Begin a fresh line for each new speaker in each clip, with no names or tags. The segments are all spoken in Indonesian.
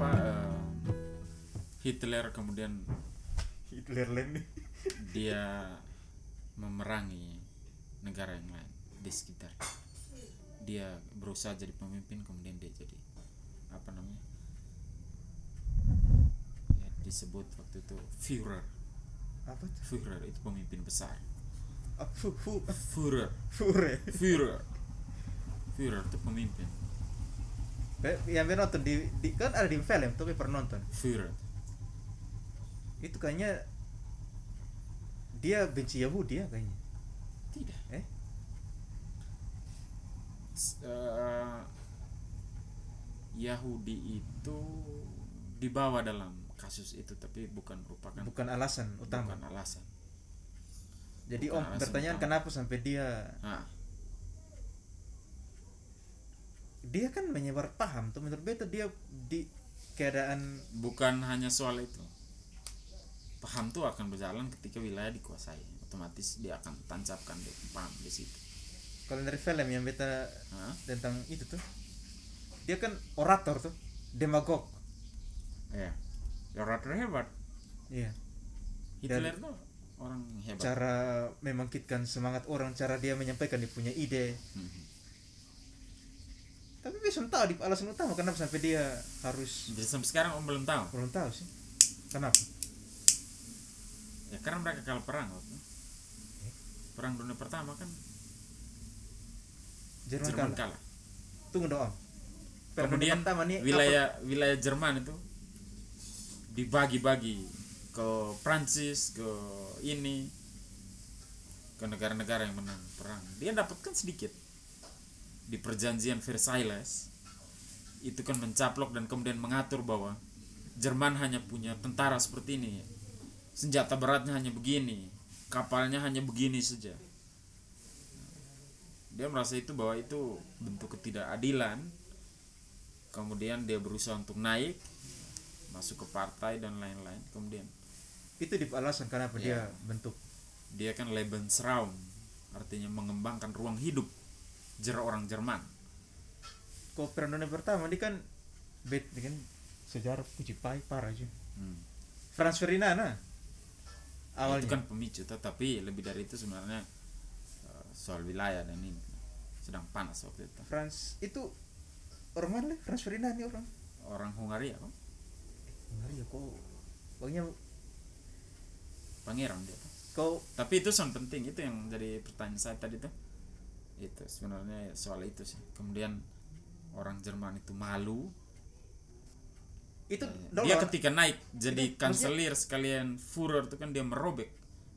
eh, Hitler kemudian
Hitler Land
dia memerangi negara yang lain di sekitar dia berusaha jadi pemimpin kemudian dia jadi apa namanya ya, disebut waktu itu Führer
apa tuh
Führer itu pemimpin besar
apa fu fu
Führer
fure
Führer Führer itu pemimpin
Be- yang gue nonton di, di kan ada di film tapi pernah nonton
Führer
itu kayaknya dia benci Yahudi ya kayaknya
tidak
eh
S- eh, Yahudi itu dibawa dalam kasus itu tapi bukan merupakan
bukan alasan utama
bukan alasan
jadi
bukan
om
alasan
pertanyaan
utama.
kenapa sampai dia
nah,
dia kan menyebar paham tuh menurut beta dia di keadaan
bukan hanya soal itu paham tuh akan berjalan ketika wilayah dikuasai otomatis dia akan tancapkan dia paham di situ
kalau dari film yang beta
Hah?
tentang itu tuh dia kan orator tuh demagog
ya orang hebat
iya
Hitler tuh orang hebat
cara membangkitkan semangat orang cara dia menyampaikan dia punya ide
Mhm.
tapi besok tahu di alasan utama kenapa sampai dia harus
jadi sampai sekarang om belum tahu
belum tahu sih kenapa
ya karena mereka kalah perang waktu itu.
Eh?
perang dunia pertama kan
Jerman,
Jerman
kalah.
kalah
tunggu dong om Perang
kemudian
dunia pertama nih apa-
wilayah wilayah Jerman itu dibagi-bagi ke Prancis ke ini ke negara-negara yang menang perang dia dapatkan sedikit di perjanjian Versailles itu kan mencaplok dan kemudian mengatur bahwa Jerman hanya punya tentara seperti ini senjata beratnya hanya begini kapalnya hanya begini saja dia merasa itu bahwa itu bentuk ketidakadilan kemudian dia berusaha untuk naik masuk ke partai dan lain-lain kemudian
itu di alasan kenapa
Iya.
dia bentuk
dia kan Lebensraum artinya mengembangkan ruang hidup jer orang Jerman
kok perang dunia pertama dia kan bet dia kan sejarah puji pai parah aja
Hmm.
Franz Ferdinand nah. awalnya
itu kan pemicu tetapi lebih dari itu sebenarnya eh, soal wilayah dan ini sedang panas waktu itu
Franz itu orang mana lah Franz Ferdinand nih orang
orang Hungaria kan?
Mari ya kok Pokoknya
pangeran dia tuh.
kau
tapi itu soal penting itu yang jadi pertanyaan saya tadi tuh itu sebenarnya soal itu sih kemudian orang Jerman itu malu
itu dong
dia
lawan-
ketika naik jadi
Itu maksudnya-
kanselir sekalian Führer itu kan dia merobek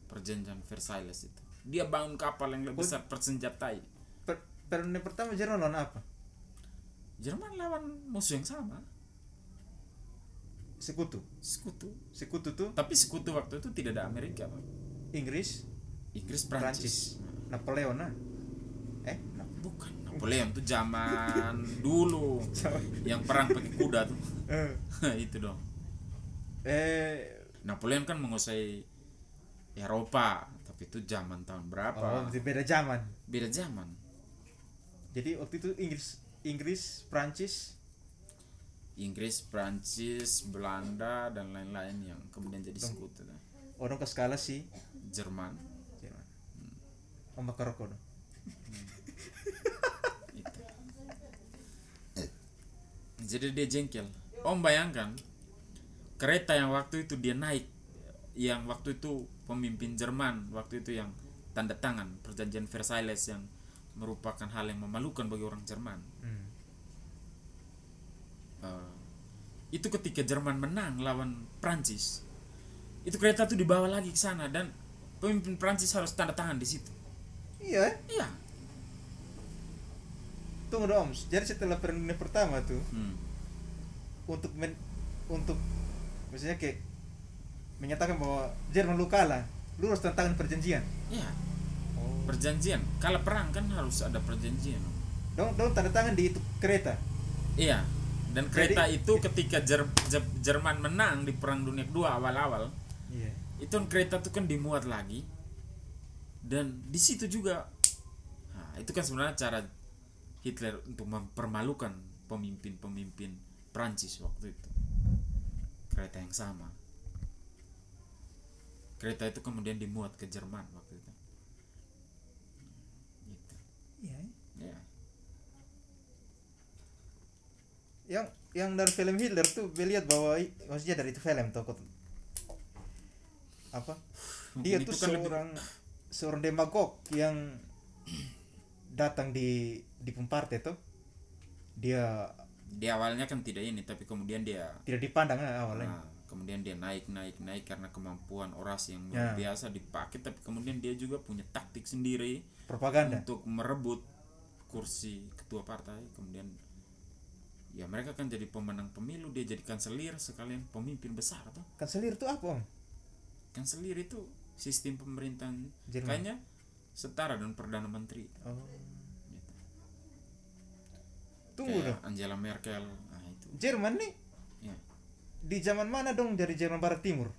perjanjian Versailles itu dia bangun kapal yang lebih besar persenjatai
per- perang dunia pertama Jerman lawan apa?
Jerman lawan musuh yang sama
Sekutu.
sekutu
Sekutu tuh
tapi sekutu waktu itu tidak ada Amerika Pak.
Inggris,
Inggris
Prancis,
Prancis,
Napoleon nah. Eh, Nap-
bukan Napoleon itu zaman dulu yang perang pakai kuda tuh
eh,
itu dong
eh
Napoleon kan menguasai Eropa tapi itu zaman tahun
oh,
berapa
beda zaman.
beda zaman
Jadi waktu itu Inggris, Inggris, Prancis,
Inggris, Prancis, Belanda dan lain-lain yang kemudian jadi sekutu nah.
orang ke skala oh, sih
Jerman
Jerman. Om bakar rokok dong.
itu. Jadi dia jengkel. Om bayangkan kereta yang waktu itu dia naik yang waktu itu pemimpin Jerman waktu itu yang tanda tangan perjanjian Versailles yang merupakan hal yang memalukan bagi orang Jerman.
Hmm.
Eh, itu ketika Jerman menang lawan Prancis. Itu kereta tuh dibawa lagi ke sana dan pemimpin Prancis harus tanda tangan di situ.
Iya, eh.
Iya.
tunggu dong. Om. Jadi setelah perang dunia pertama tuh
Hmm.
untuk men, untuk maksudnya kayak menyatakan bahwa Jerman lu kalah, lu harus tantangan perjanjian.
Iya.
Oh.
Perjanjian. Kalau perang kan harus ada perjanjian.
Dong, dong tanda tangan di itu kereta.
Iya. Dan
Jadi-
kereta itu ketika Jer- Je- Jerman menang di Perang Dunia Kedua awal-awal,
Iya.
itu kan kereta itu kan dimuat lagi. Dan di situ juga, nah, itu kan sebenarnya cara Hitler untuk mempermalukan pemimpin-pemimpin Prancis waktu itu. Kereta yang sama. Kereta itu kemudian dimuat ke Jerman waktu itu. Gitu.
Iya.
Ya.
Yang yang dari film Hitler tuh gue lihat bahwa i- maksudnya dari itu film tuh kot- apa?
Mungkin
Dia
itu
tuh
kan lebih-
seorang seorang demagog yang datang di di Pumparte tuh dia
Di awalnya kan tidak ini, tapi kemudian dia
tidak dipandang eh, awalnya.
Nah, kemudian dia naik naik naik karena kemampuan orasi yang luar
Ya.
biasa dipakai tapi kemudian dia juga punya taktik sendiri
propaganda
untuk merebut kursi ketua partai kemudian ya mereka kan jadi pemenang pemilu dia jadi kanselir sekalian pemimpin besar tuh
kanselir Kan tuh apa om
kanselir itu sistem pemerintahan
Jerman.
kayaknya setara dengan perdana menteri
oh.
gitu.
tunggu dong
kayak Angela Merkel nah itu
Jerman nih
ya
di zaman mana dong dari Jerman Barat Timur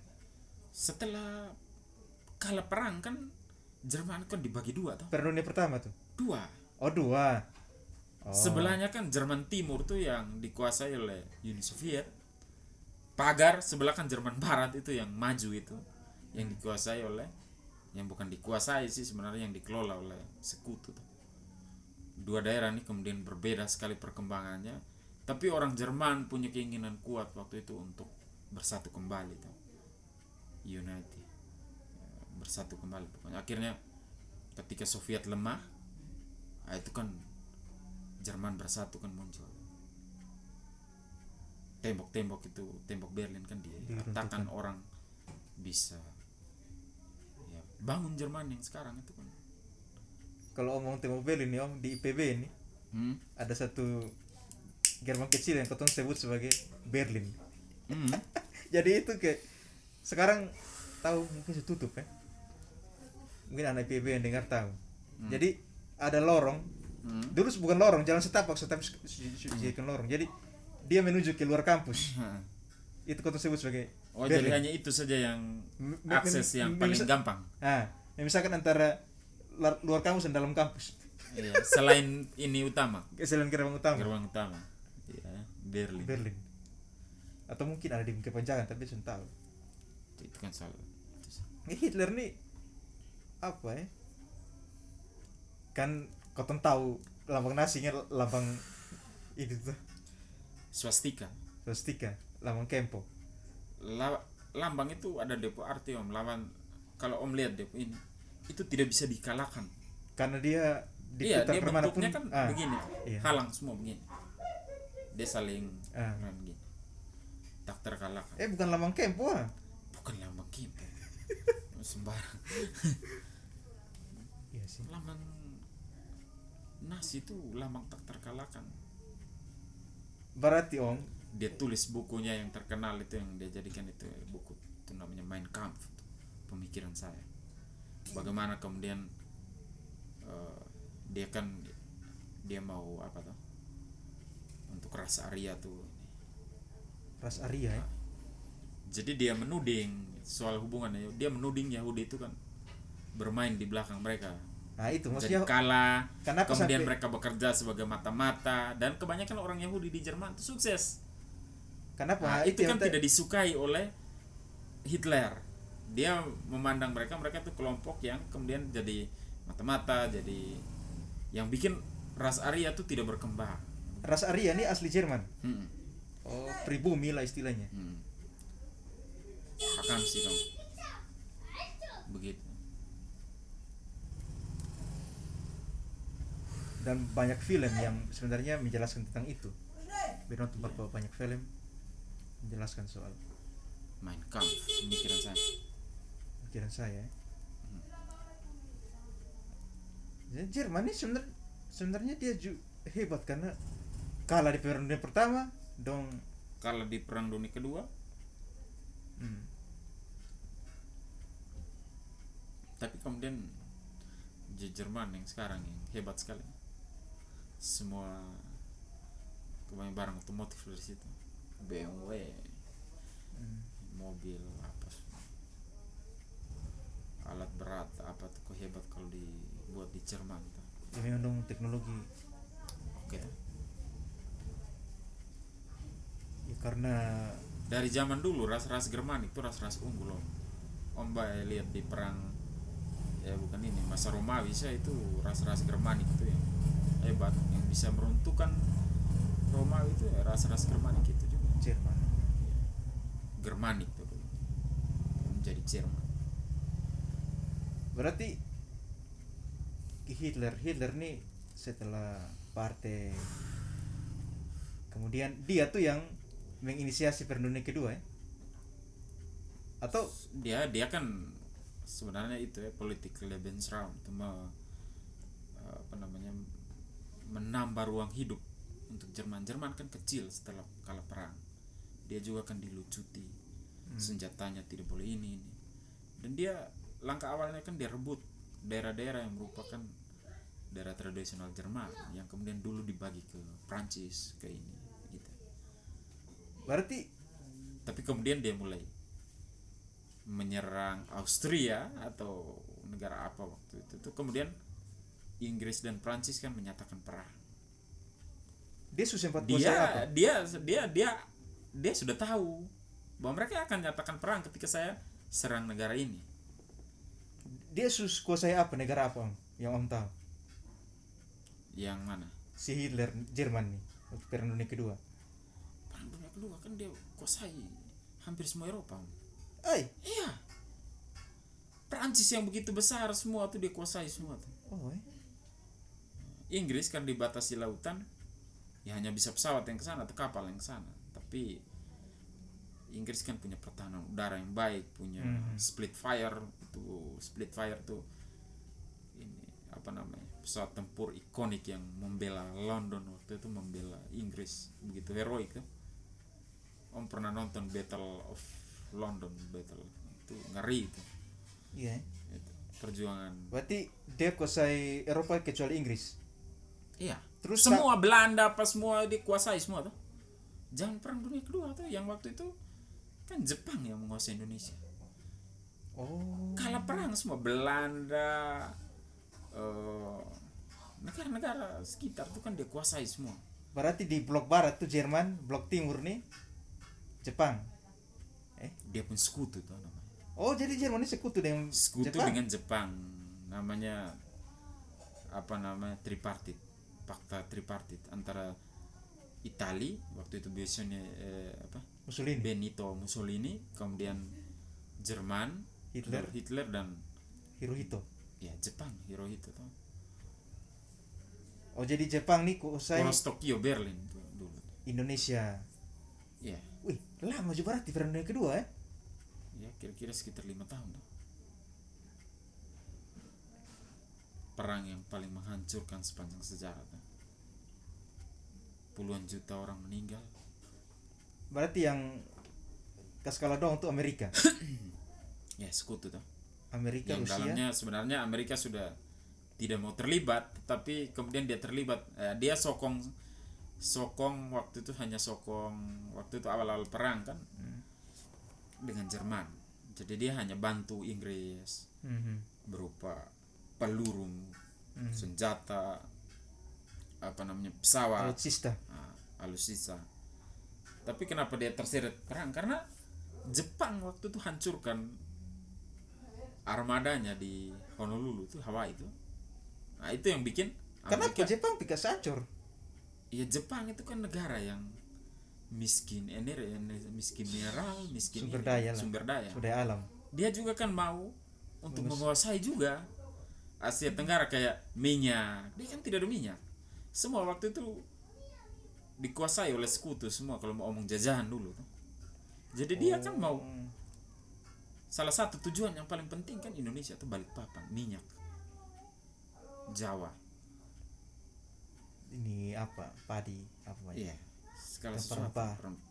setelah kalah perang kan Jerman kan dibagi dua tuh
Perang Dunia pertama tuh
dua
oh dua oh.
Sebelahnya kan Jerman Timur tuh yang dikuasai oleh Uni Soviet. Pagar sebelah kan Jerman Barat itu yang maju itu, yang dikuasai oleh yang bukan dikuasai sih sebenarnya yang dikelola oleh sekutu. tuh. Dua daerah ini kemudian berbeda sekali perkembangannya, tapi orang Jerman punya keinginan kuat waktu itu untuk bersatu kembali tuh. United. Bersatu kembali pokoknya. Akhirnya ketika Soviet lemah, ah, itu kan Jerman bersatu kan muncul tembok-tembok itu tembok Berlin kan diratakan orang bisa ya, bangun Jerman yang sekarang itu kan
kalau omong tembok Berlin nih om di IPB ini
Hmm?
ada satu Jerman kecil yang ketong sebut sebagai Berlin
Hmm.
jadi itu kayak sekarang tahu mungkin sudah tutup ya mungkin anak IPB yang dengar tahu jadi ada lorong
Hmm.
dulu bukan lorong jalan setapak setapak sudah dijadikan lorong jadi dia menuju ke luar kampus
Hah.
itu kota sebut sebagai
oh jadi
Berlin.
hanya itu saja yang
M- m-
akses
m-
yang
m-
paling
bisa-
gampang
ah memisahkan antara lar- luar kampus dan dalam kampus
Iya, selain ini utama
selain gerbang utama
gerbang utama ya Berlin
Berlin atau mungkin ada di Kepanjangan tapi saya tahu
itu kan salah
Ini Hitler nih apa ya kan kau tahu lambang nasinya lambang itu tuh
swastika
swastika lambang kempo
La- lambang itu ada depo arti om lawan kalau om lihat depo ini itu tidak bisa dikalahkan
karena dia
iya
diputar
dia
kemanapun
bentuknya kan
ah,
begini
iya.
halang semua begini kan dia saling
Ah.
main begini tak terkalahkan
eh bukan lambang kempo ah
bukan lambang kita sembarang
Iya sih.
lambang nasi itu lambang tak terkalahkan
Berarti Om,
dia tulis bukunya yang terkenal itu yang dia jadikan itu buku itu namanya Mein Kampf itu, pemikiran saya bagaimana kemudian eh, dia kan dia mau apa tuh untuk ras Arya tuh
ras Arya ya.
jadi dia menuding soal hubungannya dia menuding Yahudi itu kan bermain di belakang mereka
Nah, itu
jadi
maksudnya
kalah
kenapa
kemudian
sampai-
mereka bekerja sebagai mata-mata dan kebanyakan orang Yahudi di Jerman itu sukses
kenapa
Nah, itu
yang
kan
te-
tidak disukai oleh Hitler. Dia memandang mereka mereka itu kelompok yang kemudian jadi mata-mata, jadi yang bikin ras Arya itu tidak berkembang.
ras Arya ini asli Jerman.
Hmm,
Oh, pribumi lah istilahnya.
hmm. Hakam sih dong. Begitu.
Dan banyak film yang sebenarnya menjelaskan tentang itu. Benar tempat bahwa banyak film menjelaskan soal
Main Kampf, pemikiran saya.
pikiran saya. Jadi Ya, Jerman ini sebenar- sebenarnya dia ju- hebat karena kalah di Perang Dunia pertama dong
Kalau di Perang Dunia Kedua,
hmm,
tapi kemudian di Jerman yang sekarang yang hebat sekali. Semua kebanyakan barang otomotif dari situ. BMW,
hmm.
mobil apa semua. alat berat apa tuh kok hebat kalau dibuat di Jerman tuh.
ya memang dong teknologi
oke tuh.
ya karena ya,
dari zaman dulu ras-ras Jerman itu ras-ras unggul loh Om Bay lihat di perang ya bukan ini masa Romawi saya itu ras-ras Germanik itu yang hebat yang bisa meruntuhkan Romawi itu ya ras-ras Germanik itu juga
Jerman
Germanik tuh dulu. menjadi Jerman
berarti Hitler Hitler nih setelah partai kemudian dia tuh yang menginisiasi Perang Dunia Kedua ya atau
dia dia kan sebenarnya itu ya political Lebensraum itu me- eh, apa namanya menambah ruang hidup untuk Jerman Jerman kan kecil setelah kalah perang dia juga kan dilucuti senjatanya tidak boleh ini ini dan dia langkah awalnya kan dia rebut daerah-daerah yang merupakan daerah tradisional Jerman yang kemudian dulu dibagi ke Prancis ke ini gitu
berarti
tapi kemudian dia mulai menyerang Austria atau negara apa waktu itu tuh kemudian Inggris dan Prancis kan menyatakan perang
dia susah sempat
dia
kuasai apa
dia dia dia dia sudah tahu bahwa mereka akan menyatakan perang ketika saya serang negara ini
dia sus kuasai apa negara apa Om? yang om tahu
yang mana
si Hitler Jerman nih waktu Perang Dunia Kedua
perang dunia kedua kan dia kuasai hampir semua Eropa Om.
eh
iya Prancis yang begitu besar semua tuh dia kuasai semua tuh
oh eh.
Inggris kan dibatasi lautan ya hanya bisa pesawat yang ke sana atau kapal yang ke sana tapi Inggris kan punya pertahanan udara yang baik punya split fire itu split fire tuh ini apa namanya pesawat tempur ikonik yang membela London waktu itu membela Inggris begitu heroik kan Om pernah nonton Battle of London Battle itu ngeri itu,
iya eh.
itu. perjuangan
berarti dia kuasai Eropa kecuali Inggris
Iya.
Terus
semua Belanda apa semua dikuasai semua tuh. Jangan perang dunia kedua tuh yang waktu itu kan Jepang yang menguasai Indonesia.
oh
Kalah perang semua Belanda eh, negara-negara sekitar tuh kan dikuasai semua.
berarti di blok barat tuh Jerman blok timur nih Jepang eh
Dia pun sekutu tuh namanya.
oh jadi Jerman ini sekutu dengan
Sekutu
Jepang
dengan Jepang namanya apa namanya tripartit fakta tripartit antara Itali waktu itu biasanya eh, apa
Mussolini
Benito Mussolini, kemudian Jerman,
Hitler.
Hitler dan
Hirohito
ya Jepang, Hirohito tuh.
oh jadi Jepang nih kuasai
Poros Tokyo, Berlin tuh dulu.
Indonesia
Ya,
wih lama juga berarti Perang Dunia kedua eh
ya kira-kira sekitar lima tahun tuh. Perang yang paling menghancurkan sepanjang sejarah tuh. Puluhan juta orang meninggal.
berarti yang kaskala dong tuh Amerika
Ya, sekutu tuh.
Amerika
yang
Rusia
dalamnya sebenarnya Amerika sudah tidak mau terlibat tapi kemudian dia terlibat Eh, dia sokong sokong waktu itu hanya sokong waktu itu awal-awal perang kan dengan Jerman jadi dia hanya bantu Inggris
Mhm.
berupa peluru senjata apa namanya pesawat
alutsista
Nah, alutsista. Tapi kenapa dia terseret perang? Karena Jepang waktu itu hancurkan armadanya di Honolulu itu Hawaii itu. Nah, itu yang bikin
kenapa
Amerika-
Jepang tidak sancur
Iya Jepang itu kan negara yang miskin energi, miskin mineral, miskin
Sumber
ini,
daya lah.
sumber daya.
sudah alam
Dia juga kan mau untuk menguasai juga Asia Tenggara kayak minyak. Dia kan tidak ada minyak. Semua waktu itu dikuasai oleh sekutu semua kalau mau omong jajahan dulu. tuh. Jadi dia
Oh.
kan mau salah satu tujuan yang paling penting kan Indonesia tuh balik papan minyak Jawa.
ini apa padi apa namanya?
Iya. Segala
Rempah-rempah.
sesuatu. rem-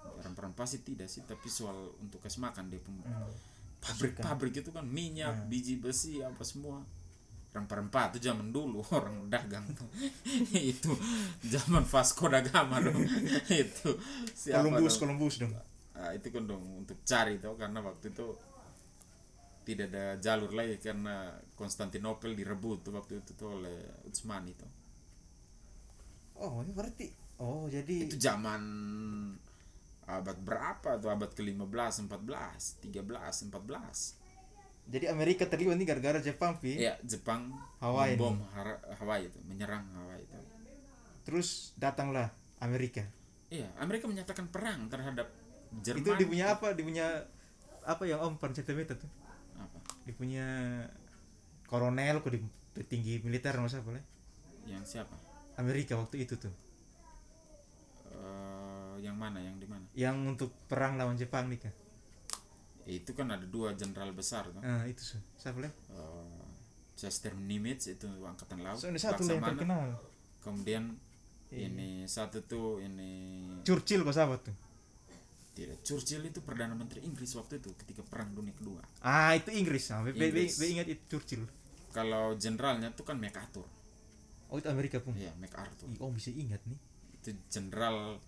Rempah-rempah sih tidak sih, tapi soal untuk kasih makan dia pun
Hmm.
pabrik-pabrik itu kan minyak,
Nah.
biji besi apa semua. Rempah-rempah itu zaman dulu orang dagang tuh. itu zaman Vasco da Gama dong. itu siapa
Columbus
dong?
Columbus dong
Ah, itu kan dong untuk cari tuh karena waktu itu tidak ada jalur lagi karena Konstantinopel direbut tuh waktu itu tuh oleh Utsmani tuh.
oh berarti oh jadi
itu zaman abad berapa tuh abad ke-15, 14, 13, 14.
Jadi Amerika terlibat nih gara-gara Jepang Pi.
Ya, Jepang
Iya. Hawaii
bom Hawaii itu, menyerang Hawaii itu.
Terus datanglah Amerika.
Iya, Amerika menyatakan perang terhadap Jerman.
Itu dipunya apa? Dipunya apa yang Om Panceta Meta tuh?
Apa?
Dipunya kolonel kok di tinggi militer masa boleh?
Yang siapa?
Amerika waktu itu tuh.
Eh, yang mana? Yang di mana?
Yang untuk perang lawan Jepang nih kan.
Itu kan ada dua jenderal besar tuh.
Nah, itu tuh. Siapa boleh?
Eh, Chester Nimitz itu angkatan laut.
Soalnya satu lah yang Iya.
Laksamana.
terkenal.
Kemudian ini satu tuh ini
Churchill kok siapa tuh?
tidak Churchill itu perdana menteri Inggris waktu itu ketika perang dunia kedua.
Ah, itu Inggris. Ah, be, be- be-
Inggris.
be ingat itu Churchill.
Kalau jenderalnya tuh kan MacArthur.
Oh, itu Amerika pun.
Iya, MacArthur.
Ih, Om bisa ingat nih.
Itu jenderal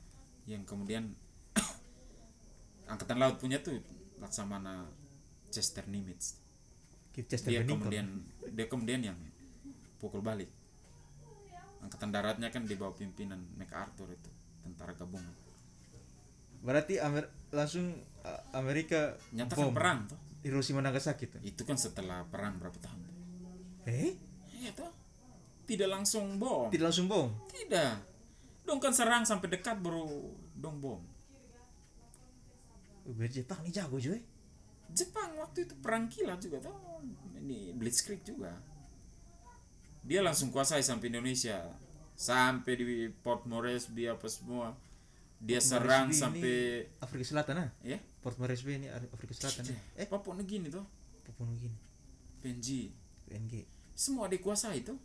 yang kemudian angkatan laut punya tuh Laksamana Chester Nimitz.
Kita Chester
dia Iya,
Bennington.
kemudian dia kemudian yang pukul balik angkatan daratnya kan di bawah pimpinan MacArthur itu tentara gabungan
Berarti Amer- langsung uh, Amerika
nyatakan
bom
perang tuh
Hiroshima Nagasaki tuh.
itu kan setelah perang berapa tahun
Eh?
iya toh tidak langsung bom tidak,
Tidak langsung bom.
dong kan serang sampai dekat baru dong bom
Uh, Berarti Jepang nih jago cuy.
Jepang waktu itu perang kilat juga tuh ini blitzkrieg juga dia langsung kuasai sampai Indonesia sampai di Port Moresby apa semua dia serang
Moresby ini-
sampai
Afrika Selatan ah.
ya
Port Moresby ini Ar- Afrika Selatan. ah.
eh
Eh,
Papua Nugini tuh
Papua Nugini.
Benji
PNG.
semua dikuasai tuh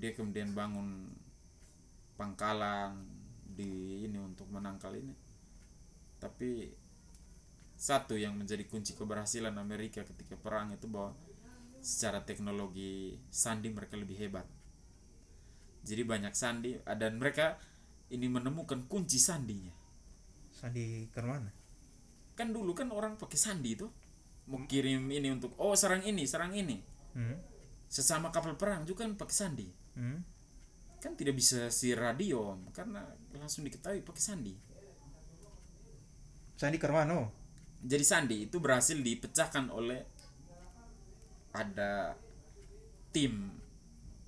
dia kemudian bangun pangkalan di ini untuk menangkal ini tapi satu yang menjadi kunci keberhasilan Amerika ketika perang itu bahwa secara teknologi sandi mereka lebih hebat jadi banyak sandi dan mereka ini menemukan kunci sandinya
Sandi Karmana.
kan dulu kan orang pakai sandi itu mau kirim ini untuk oh serang ini serang ini
Hmm.
sesama kapal perang juga kan pakai sandi
Hmm.
kan tidak bisa si radio Om, karena langsung diketahui pakai sandi
Sandi Karmano.
jadi sandi itu berhasil dipecahkan oleh ada tim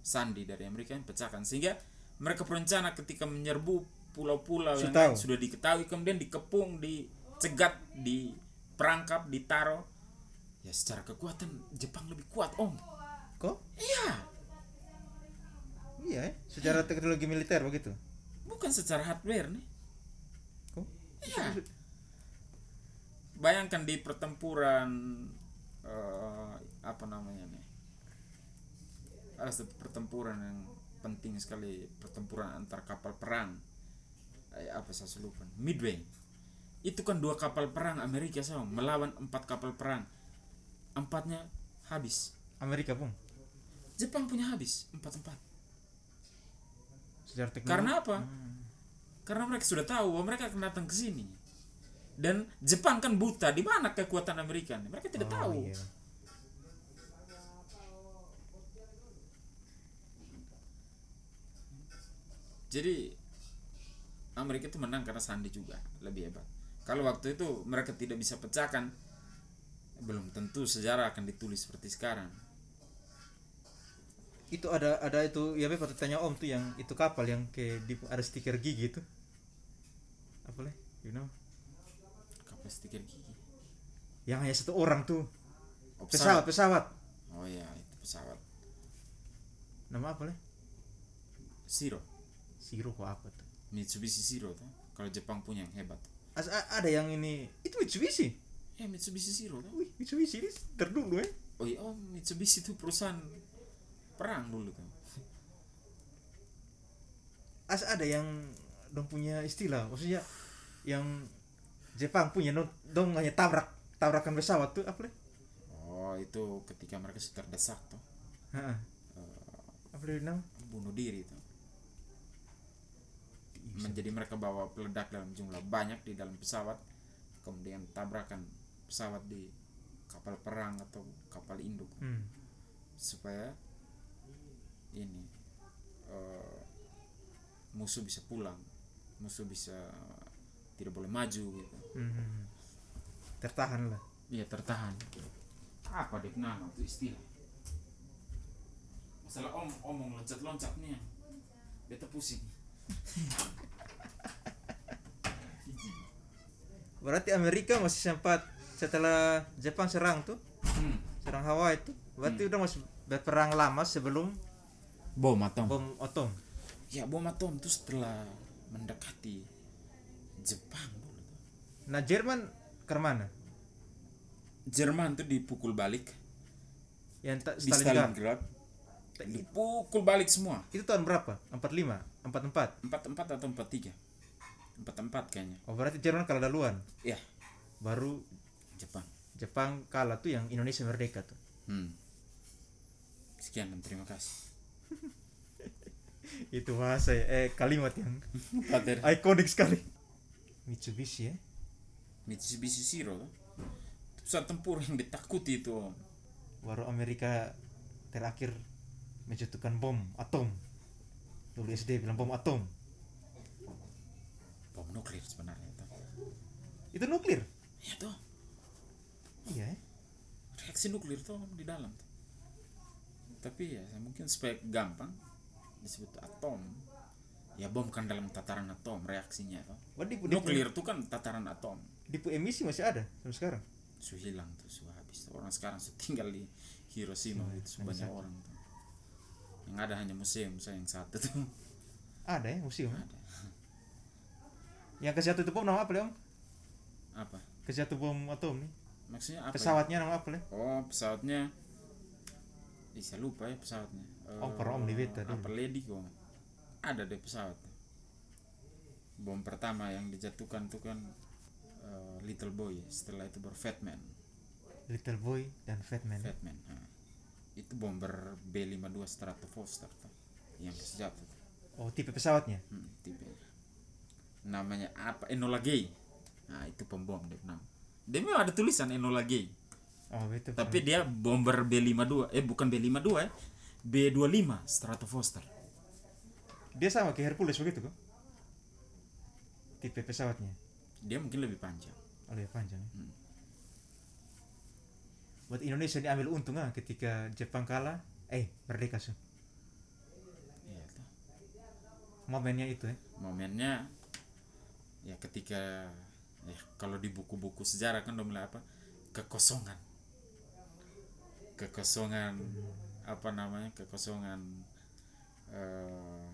sandi dari Amerika yang pecahkan sehingga mereka berencana ketika menyerbu pulau-pulau yang
Sudah tahu.
sudah diketahui kemudian dikepung dicegat diperangkap ditaruh ya secara kekuatan Jepang lebih kuat om
Kok?
iya
Iya, eh? secara teknologi militer begitu.
bukan secara hardware nih
Kok?
Iya. Bayangkan di pertempuran eh, apa namanya nih? Ada satu pertempuran yang penting sekali, pertempuran antar kapal perang. Eh, apa saya lupa. Midway. Itu kan dua kapal perang Amerika sama melawan empat kapal perang. Empatnya habis.
Amerika pun.
Jepang punya habis empat-empat.
Secara teknologi.
Karena apa? Karena mereka sudah tahu bahwa mereka akan datang ke sini. Dan Jepang kan buta di mana kekuatan Amerika. nih? Mereka tidak
Oh,
tahu.
iya.
Jadi Amerika itu menang karena Sandi juga lebih hebat. Kalau waktu itu mereka tidak bisa pecahkan, belum tentu sejarah akan ditulis seperti sekarang.
Itu ada ada itu ya Beb waktu tanya Om tuh yang itu kapal yang ke di ada stiker gigi itu. Apa leh? You know.
Kapal stiker gigi.
Yang hanya satu orang tuh.
Oh,
Pesawat,
pesawat.
pesawat.
Oh iya, itu pesawat.
Nama apa leh?
Zero.
Siro kok apa tuh?
Mitsubishi Zero tuh. Kalau Jepang punya yang hebat.
As- a- ada yang ini itu Mitsubishi.
Eh Mitsubishi Zero tuh.
Wih, Mitsubishi ini terdulu ya.
Oh iya, oh, Mitsubishi itu perusahaan perang dulu tuh.
As ada yang dong punya istilah, maksudnya yang Jepang punya dong, dong hanya tabrak tabrakan pesawat tuh apa leh?
Oh itu ketika mereka sudah terdesak tuh
Heeh. Apa leh nama?
bunuh diri tuh menjadi mereka bawa peledak dalam jumlah banyak di dalam pesawat kemudian tabrakan pesawat di kapal perang atau kapal induk
Hmm.
supaya ini eh, musuh bisa pulang musuh bisa tidak boleh maju gitu
Mhm. tertahan lah
iya tertahan apa dek nana itu istilah masalah om omong loncat loncat nih beta pusing
berarti Amerika masih sempat setelah Jepang serang tuh
hmm.
serang Hawaii itu berarti udah masih berperang lama sebelum
bom atom
bom atom
ya bom atom itu setelah mendekati Jepang dulu tuh.
nah Jerman ke mana
Jerman tuh dipukul balik
yang ta-
di
Stalingrad
Stalingrad dipukul balik semua
itu tahun berapa 45 44
empat empat atau empat tiga empat empat kayaknya
oh berarti Jerman kalah duluan
ya
baru
Jepang
Jepang kalah tuh yang Indonesia merdeka tuh
hmm. sekian dan terima kasih
itu bahasa ya, eh kalimat yang
Pater
ikonik sekali Mitsubishi ya
Mitsubishi Zero tuh. pesawat tempur yang ditakuti itu Om.
baru Amerika terakhir menjatuhkan bom atom dulu SD bilang bom atom
bom nuklir sebenarnya itu
itu nuklir
ya tuh
iya ya.
reaksi nuklir tuh Om, di dalam tuh. tapi ya mungkin supaya gampang disebut atom ya bom kan dalam tataran atom reaksinya tuh
Wah, di, di,
nuklir tuh kan tataran atom
di pu- emisi masih ada sampai sekarang
su hilang tuh su habis tuh. orang sekarang su tinggal di Hiroshima
Hiroshima,
itu su banyak
Nagasaki.
orang tuh yang ada hanya museum saya yang satu tuh
ada ya museum
ada
yang ke satu itu bom nama apa ya om
apa
ke satu bom atom nih
maksudnya apa ya?
pesawatnya nama apa ya
oh pesawatnya Ih, saya lupa ya pesawatnya
Oh, pernah Om di beta dulu.
apa lady kok ada deh pesawat bom pertama yang dijatuhkan tuh kan eh, little boy setelah itu baru fat man
Little Boy dan Fat Man
fat man ah. itu bomber B52 Stratocaster tuh, yang pesawat tuh.
oh tipe pesawatnya
Hmm, tipe. Namanya apa? Enola Gay. Nah, itu pembom dia nama. Dia memang ada tulisan Enola Gay,
oh itu
tapi dia bomber B52. Eh, bukan B52 ya. B25 Stratocaster.
dia sama kayak Hercules begitu kok tipe pesawatnya
Dia mungkin lebih panjang.
oh lebih panjang ya.
Hmm.
buat Indonesia diambil untung ah ketika Jepang kalah eh merdeka sih
Iya, tuh.
momennya itu ya
Momennya ya ketika ya kalau di buku-buku sejarah kan udah mulai apa? Kekosongan. Kekosongan apa namanya? Kekosongan eh,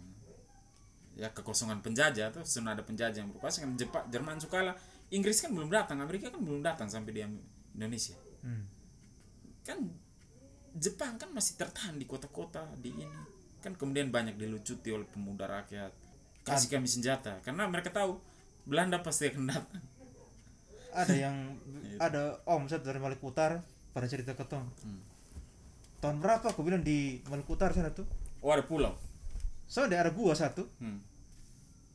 ya kekosongan penjajah tuh sudah ada penjajah yang berkuasa kan Jepang Jerman suka kalah Inggris kan belum datang Amerika kan belum datang sampai di Am- Indonesia
hmm.
kan Jepang kan masih tertahan di kota-kota di ini kan kemudian banyak dilucuti oleh pemuda rakyat kasih kami senjata karena mereka tahu Belanda pasti akan datang
ada yang
Iya.
ada om saya dari Maluku Utara pada cerita ke Tom
Hmm.
tahun berapa aku bilang di Maluku Utara sana tuh
oh ada pulau
so daerah gua satu
Hmm.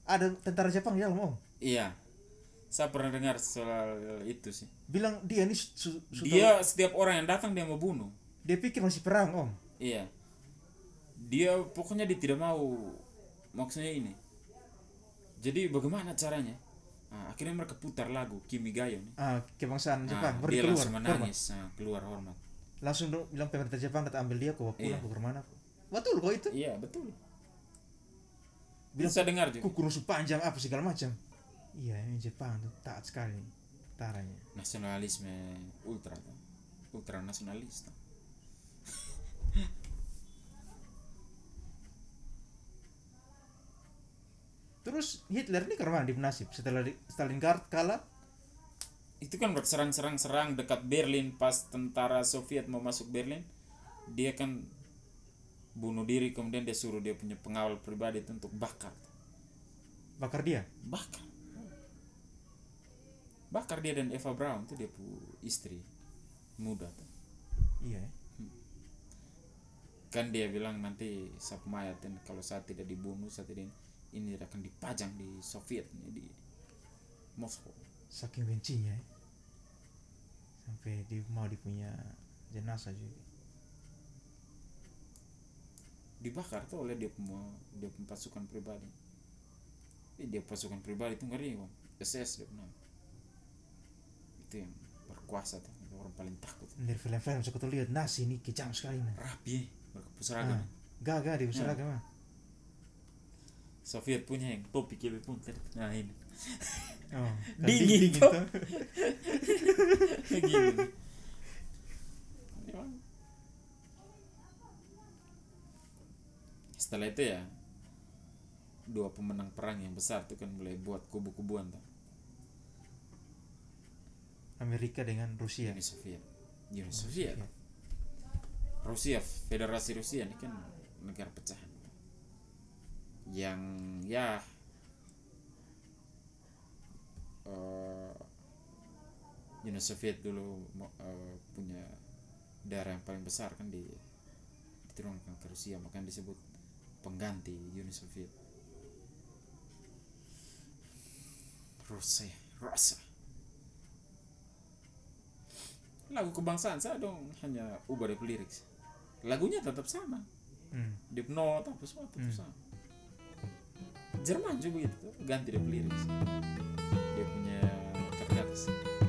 ada tentara Jepang di dalam om
iya saya pernah dengar soal itu sih
bilang dia ini su- su- su-
dia setiap orang yang datang dia mau bunuh
dia pikir masih perang om
iya dia pokoknya dia tidak mau maksudnya ini jadi bagaimana caranya Nah, akhirnya mereka putar lagu Kimi Gayo nih
ah kebangsaan Jepang
Nah,
baru
dia
keluar
langsung
hormat.
menangis Nah, keluar hormat
langsung dong bilang pemerintah Jepang kata ambil dia kau bawa
Iya.
pulang kau kemana kau betul kok itu
Iya betul.
Bilang-
Bisa dengar juga.
ku kurusu panjang apa segala macam iya ini Jepang tuh taat sekali taranya
Nasionalisme ultra, kan? tuh. ultra nasionalis. tuh.
terus Hitler ini kemana di nasib setelah di- Stalingrad kalah
Itu kan mereka serang-serang-serang dekat Berlin pas tentara Soviet mau masuk Berlin, dia kan bunuh diri kemudian dia suruh dia punya pengawal pribadi itu untuk bakar,
bakar dia
bakar, bakar dia dan Eva Braun itu dia pu istri muda kan? tuh.
iya ya.
kan dia bilang nanti sub mayat dan kalau saya tidak dibunuh saya tidak ini akan dipajang di Soviet nih, di Moskow
saking bencinya ya. sampai dia mau dipunya jenazah juga
dibakar tuh oleh dia punya dia punya pasukan pribadi Ih, dia pasukan pribadi itu ngeri bang SS dia benar itu yang berkuasa tuh itu orang paling takut
dari film-film suka tuh lihat nasi ini kejam sekali nah
rapi mereka pusarakan
Ah, gagah di pusaraka mah
Soviet punya yang topi kiri pun kan nah ini
oh,
Dingin
gitu
tuh. gini Memang. setelah itu ya dua pemenang perang yang besar tuh kan mulai buat kubu-kubuan tuh
Amerika dengan Rusia
Uni Soviet Uni
Iya.
Soviet Rusia Federasi Rusia ini kan negara pecahan yang ya eh, Uni Soviet dulu mo- eh, punya daerah yang paling besar kan di diturunkan ke Rusia makanya disebut pengganti Uni Soviet Rusia Rusia lagu kebangsaan saya dong hanya ubah dari lirik lagunya tetap sama
Hmm.
deep note apa semua tetap sama Jerman juga gitu ganti dari lirik dia punya kertas